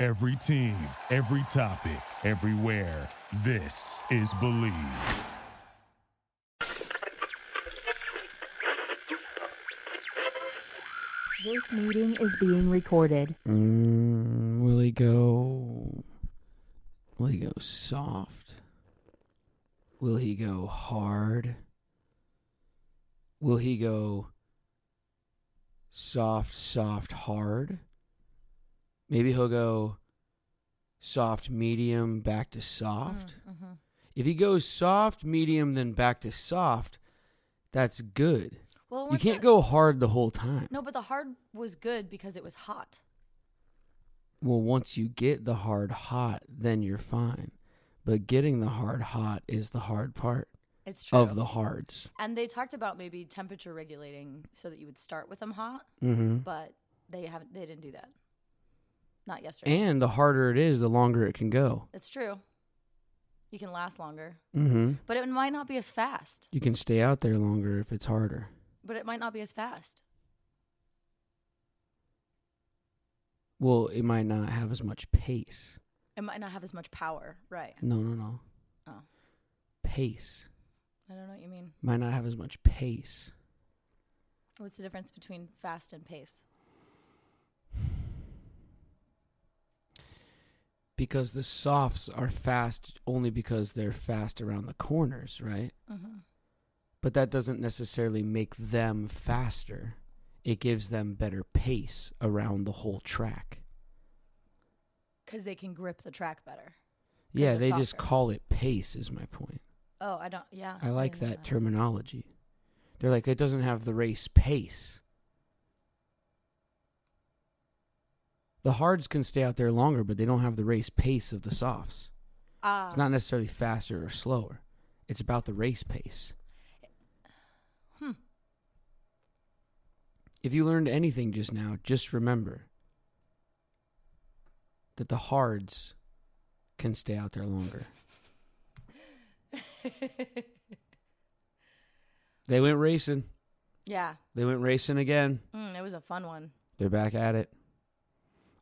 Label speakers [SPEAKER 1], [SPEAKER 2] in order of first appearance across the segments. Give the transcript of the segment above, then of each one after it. [SPEAKER 1] Every team, every topic, everywhere. This is Believe.
[SPEAKER 2] This meeting is being recorded.
[SPEAKER 3] Mm, will he go? Will he go soft? Will he go hard? Will he go soft, soft, hard? Maybe he'll go soft, medium, back to soft. If he goes soft, medium, then back to soft, that's good.
[SPEAKER 4] Well,
[SPEAKER 3] you
[SPEAKER 4] we're
[SPEAKER 3] can't
[SPEAKER 4] not-
[SPEAKER 3] go hard the whole time.
[SPEAKER 4] No, but the hard was good because it was hot.
[SPEAKER 3] well, once you get the hard hot, then you're fine. But getting the hard hot is the hard part
[SPEAKER 4] It's true.
[SPEAKER 3] of the hards.
[SPEAKER 4] and they talked about maybe temperature regulating so that you would start with them hot,
[SPEAKER 3] Mm-hmm.
[SPEAKER 4] but they haven't. They didn't do that. Not yesterday.
[SPEAKER 3] And the harder it is, the longer it can go.
[SPEAKER 4] it's true. You can last longer,
[SPEAKER 3] Mm-hmm.
[SPEAKER 4] but it might not be as fast.
[SPEAKER 3] You can stay out there longer if it's harder.
[SPEAKER 4] But it might not be as fast.
[SPEAKER 3] Well, it might not have as much pace.
[SPEAKER 4] It might not have as much power. Right.
[SPEAKER 3] No, no, no.
[SPEAKER 4] Oh,
[SPEAKER 3] Pace
[SPEAKER 4] I don't know what you mean.
[SPEAKER 3] might not have as much pace.
[SPEAKER 4] What's the difference between fast and pace?
[SPEAKER 3] because the softs are fast only because they're fast around the corners, right?
[SPEAKER 4] Mm-hmm.
[SPEAKER 3] But that doesn't necessarily make them faster. It gives them better pace around the whole track.
[SPEAKER 4] Because they can grip the track better.
[SPEAKER 3] Yeah, they
[SPEAKER 4] they're
[SPEAKER 3] just
[SPEAKER 4] softer.
[SPEAKER 3] call it pace is my point.
[SPEAKER 4] Oh, I don't. Yeah.
[SPEAKER 3] I like
[SPEAKER 4] didn't know
[SPEAKER 3] that terminology. They're like it doesn't have the race pace. The hards can stay out there longer, but they don't have the race pace of the softs.
[SPEAKER 4] Ah.
[SPEAKER 3] It's not necessarily faster or slower. It's about the race pace.
[SPEAKER 4] Hmm.
[SPEAKER 3] If you learned anything just now, just remember that the hards can stay out there longer.
[SPEAKER 4] Ah.
[SPEAKER 3] they went racing.
[SPEAKER 4] yeah.
[SPEAKER 3] They went racing again.
[SPEAKER 4] Mm, it was a fun one.
[SPEAKER 3] They're back at it.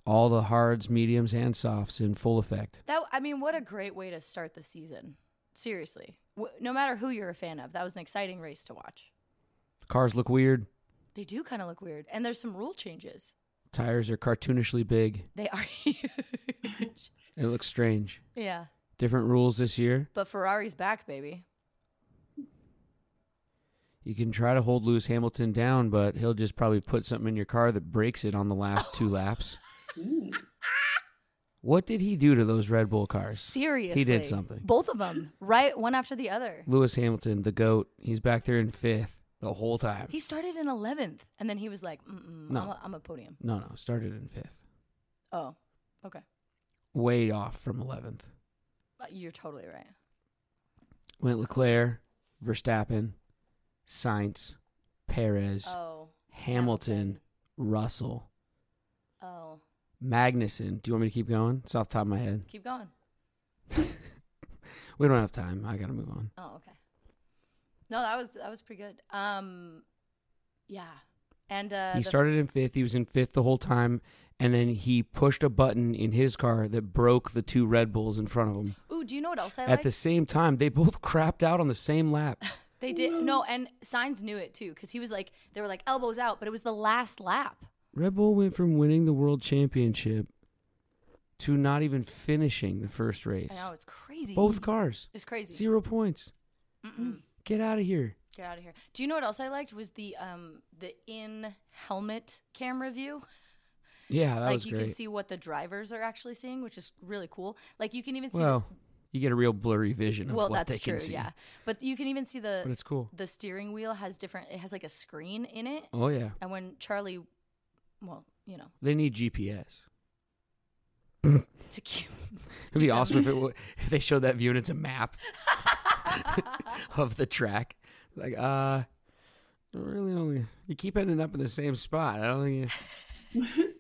[SPEAKER 3] All the hards, mediums, and softs in full effect.
[SPEAKER 4] That I mean, what a great way to start the season. Seriously, w- no matter who you're a fan of, that was an exciting race to watch.
[SPEAKER 3] Cars look weird.
[SPEAKER 4] They do kind of look weird, and there's some rule changes.
[SPEAKER 3] Tires are cartoonishly big.
[SPEAKER 4] They are huge.
[SPEAKER 3] It looks strange.
[SPEAKER 4] yeah,
[SPEAKER 3] Different rules this year.
[SPEAKER 4] but Ferrari's back, baby.
[SPEAKER 3] You can try to hold Lewis Hamilton down, but he'll just probably put something in your car that breaks it on the last two laps. What did he do to those Red Bull cars?
[SPEAKER 4] Seriously,
[SPEAKER 3] something.
[SPEAKER 4] Both of them, right, one after the other.
[SPEAKER 3] Lewis Hamilton, the GOAT, he's back there in fifth the whole time.
[SPEAKER 4] He started in 11th, and then he was like, Mm-mm,
[SPEAKER 3] No.
[SPEAKER 4] I'm, a, I'm a podium.
[SPEAKER 3] No, no, started in fifth.
[SPEAKER 4] Oh, okay,
[SPEAKER 3] Way off from 11th.
[SPEAKER 4] Uh, you're totally right.
[SPEAKER 3] Went Leclerc, Verstappen, Sainz, Perez,
[SPEAKER 4] Oh,
[SPEAKER 3] Hamilton, Russell,
[SPEAKER 4] Hamilton. Oh,
[SPEAKER 3] Magnussen. Do you want me to keep going? It's off the top of my head.
[SPEAKER 4] keep going.
[SPEAKER 3] We don't have time. I got to move on.
[SPEAKER 4] Oh, okay. No, that was that was pretty good. Um, yeah, and uh,
[SPEAKER 3] he
[SPEAKER 4] the-
[SPEAKER 3] started in fifth. He was in fifth the whole time, and then he pushed a button in his car that broke the two Red Bulls in front of him.
[SPEAKER 4] Ooh, do you know what else I
[SPEAKER 3] At
[SPEAKER 4] like?
[SPEAKER 3] the same time, they both crapped out on the same lap.
[SPEAKER 4] they did no, and Signs knew it too because he was like they were like elbows out, but it was the last lap.
[SPEAKER 3] Red Bull went from winning the world championship to not even finishing the first race.
[SPEAKER 4] I know it's crazy.
[SPEAKER 3] Both cars,
[SPEAKER 4] it's crazy.
[SPEAKER 3] zero points.
[SPEAKER 4] Mm-mm.
[SPEAKER 3] Get out of here.
[SPEAKER 4] Get out of here. Do you know what else I liked was the um the in helmet camera view.
[SPEAKER 3] Yeah, that
[SPEAKER 4] like
[SPEAKER 3] was
[SPEAKER 4] you
[SPEAKER 3] great.
[SPEAKER 4] can see what the drivers are actually seeing, which is really cool. Like you can even see. the-
[SPEAKER 3] well, you get a real blurry vision of
[SPEAKER 4] well,
[SPEAKER 3] what
[SPEAKER 4] that's
[SPEAKER 3] they can
[SPEAKER 4] true.
[SPEAKER 3] see.
[SPEAKER 4] Yeah, but you can even see the
[SPEAKER 3] but it's cool.
[SPEAKER 4] the steering wheel has different it has like a screen in it
[SPEAKER 3] Oh yeah,
[SPEAKER 4] and when charlie well you know
[SPEAKER 3] they need GPS.
[SPEAKER 4] to keep
[SPEAKER 3] It'd be awesome if, it w- if they showed that view and it's a map of the track. Like, uh, really only you keep ending up in the same spot. I don't think you-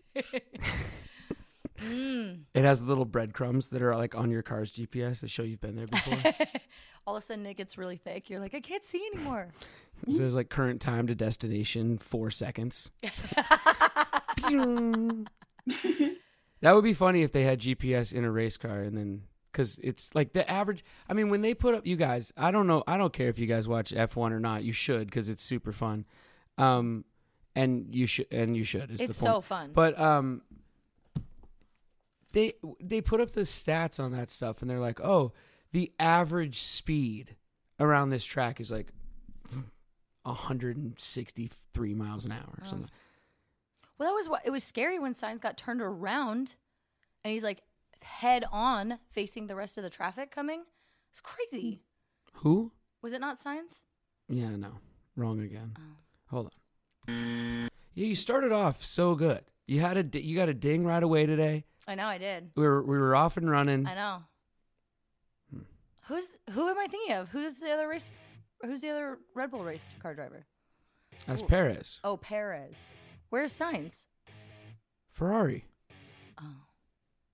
[SPEAKER 4] mm.
[SPEAKER 3] it has little breadcrumbs that are like on your car's GPS that show you've been there before.
[SPEAKER 4] all of a sudden it gets really thick you're like i can't see anymore
[SPEAKER 3] it says like current time to destination four seconds. Pew. That would be funny if they had GPS in a race car and then because it's like the average. I mean, when they put up, you guys, I don't know, I don't care if you guys watch F1 or not. You should because it's super fun. Um, and you should, and you should. Is
[SPEAKER 4] It's
[SPEAKER 3] the point.
[SPEAKER 4] so fun.
[SPEAKER 3] But um, they they put up the stats on that stuff, and they're like, oh, the average speed around this track is like 163 miles an hour or something.
[SPEAKER 4] Well, that was what it was scary when signs got turned around and he's like head on facing the rest of the traffic coming. It's crazy.
[SPEAKER 3] Who?
[SPEAKER 4] Was it not signs?
[SPEAKER 3] Yeah, no, wrong again. Hold on. Yeah, you started off so good. You had a di- you got a ding right away today.
[SPEAKER 4] I know I did.
[SPEAKER 3] We were we were off and running.
[SPEAKER 4] I know. Who's who am I thinking of? Who's the other race who's the other Red Bull race car driver?
[SPEAKER 3] That's Perez,
[SPEAKER 4] Oh, Perez. Where's signs?
[SPEAKER 3] Ferrari.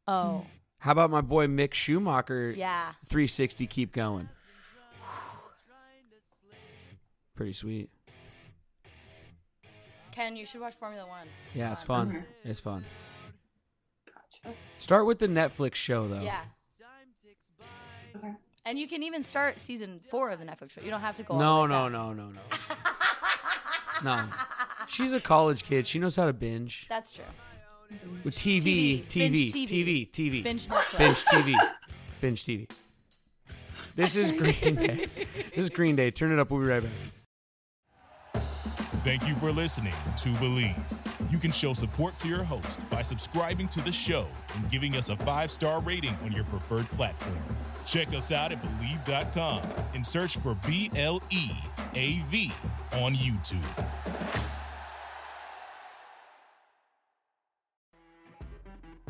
[SPEAKER 4] Oh.
[SPEAKER 3] How about my boy Mick Schumacher?
[SPEAKER 4] Yeah.
[SPEAKER 3] 360 keep going. Pretty sweet.
[SPEAKER 4] Ken, you should watch Formula 1.
[SPEAKER 3] Yeah, it's fun.
[SPEAKER 4] Uh-huh.
[SPEAKER 5] Okay.
[SPEAKER 3] It's fun.
[SPEAKER 5] Gotcha.
[SPEAKER 3] Start with the Netflix show though.
[SPEAKER 4] Yeah.
[SPEAKER 5] Okay.
[SPEAKER 4] And you can even start season 4 of the Netflix show. You don't have to go all
[SPEAKER 3] No,
[SPEAKER 4] the way
[SPEAKER 3] no,
[SPEAKER 4] back.
[SPEAKER 3] no, no, no. no. She's a college kid. She knows how to binge.
[SPEAKER 4] That's true.
[SPEAKER 3] With TV,
[SPEAKER 4] TV,
[SPEAKER 3] TV,
[SPEAKER 4] binge
[SPEAKER 3] TV,
[SPEAKER 4] TV.
[SPEAKER 3] TV.
[SPEAKER 4] Binge Netflix.
[SPEAKER 3] Binge TV. Binge TV. This is Green Day. This is Green Day. Turn it up. We'll be right back.
[SPEAKER 1] Thank you for listening to Believe. You can show support to your host by subscribing to the show and giving us a five star rating on your preferred platform. Check us out at Believe.com and search for B L E A V on YouTube.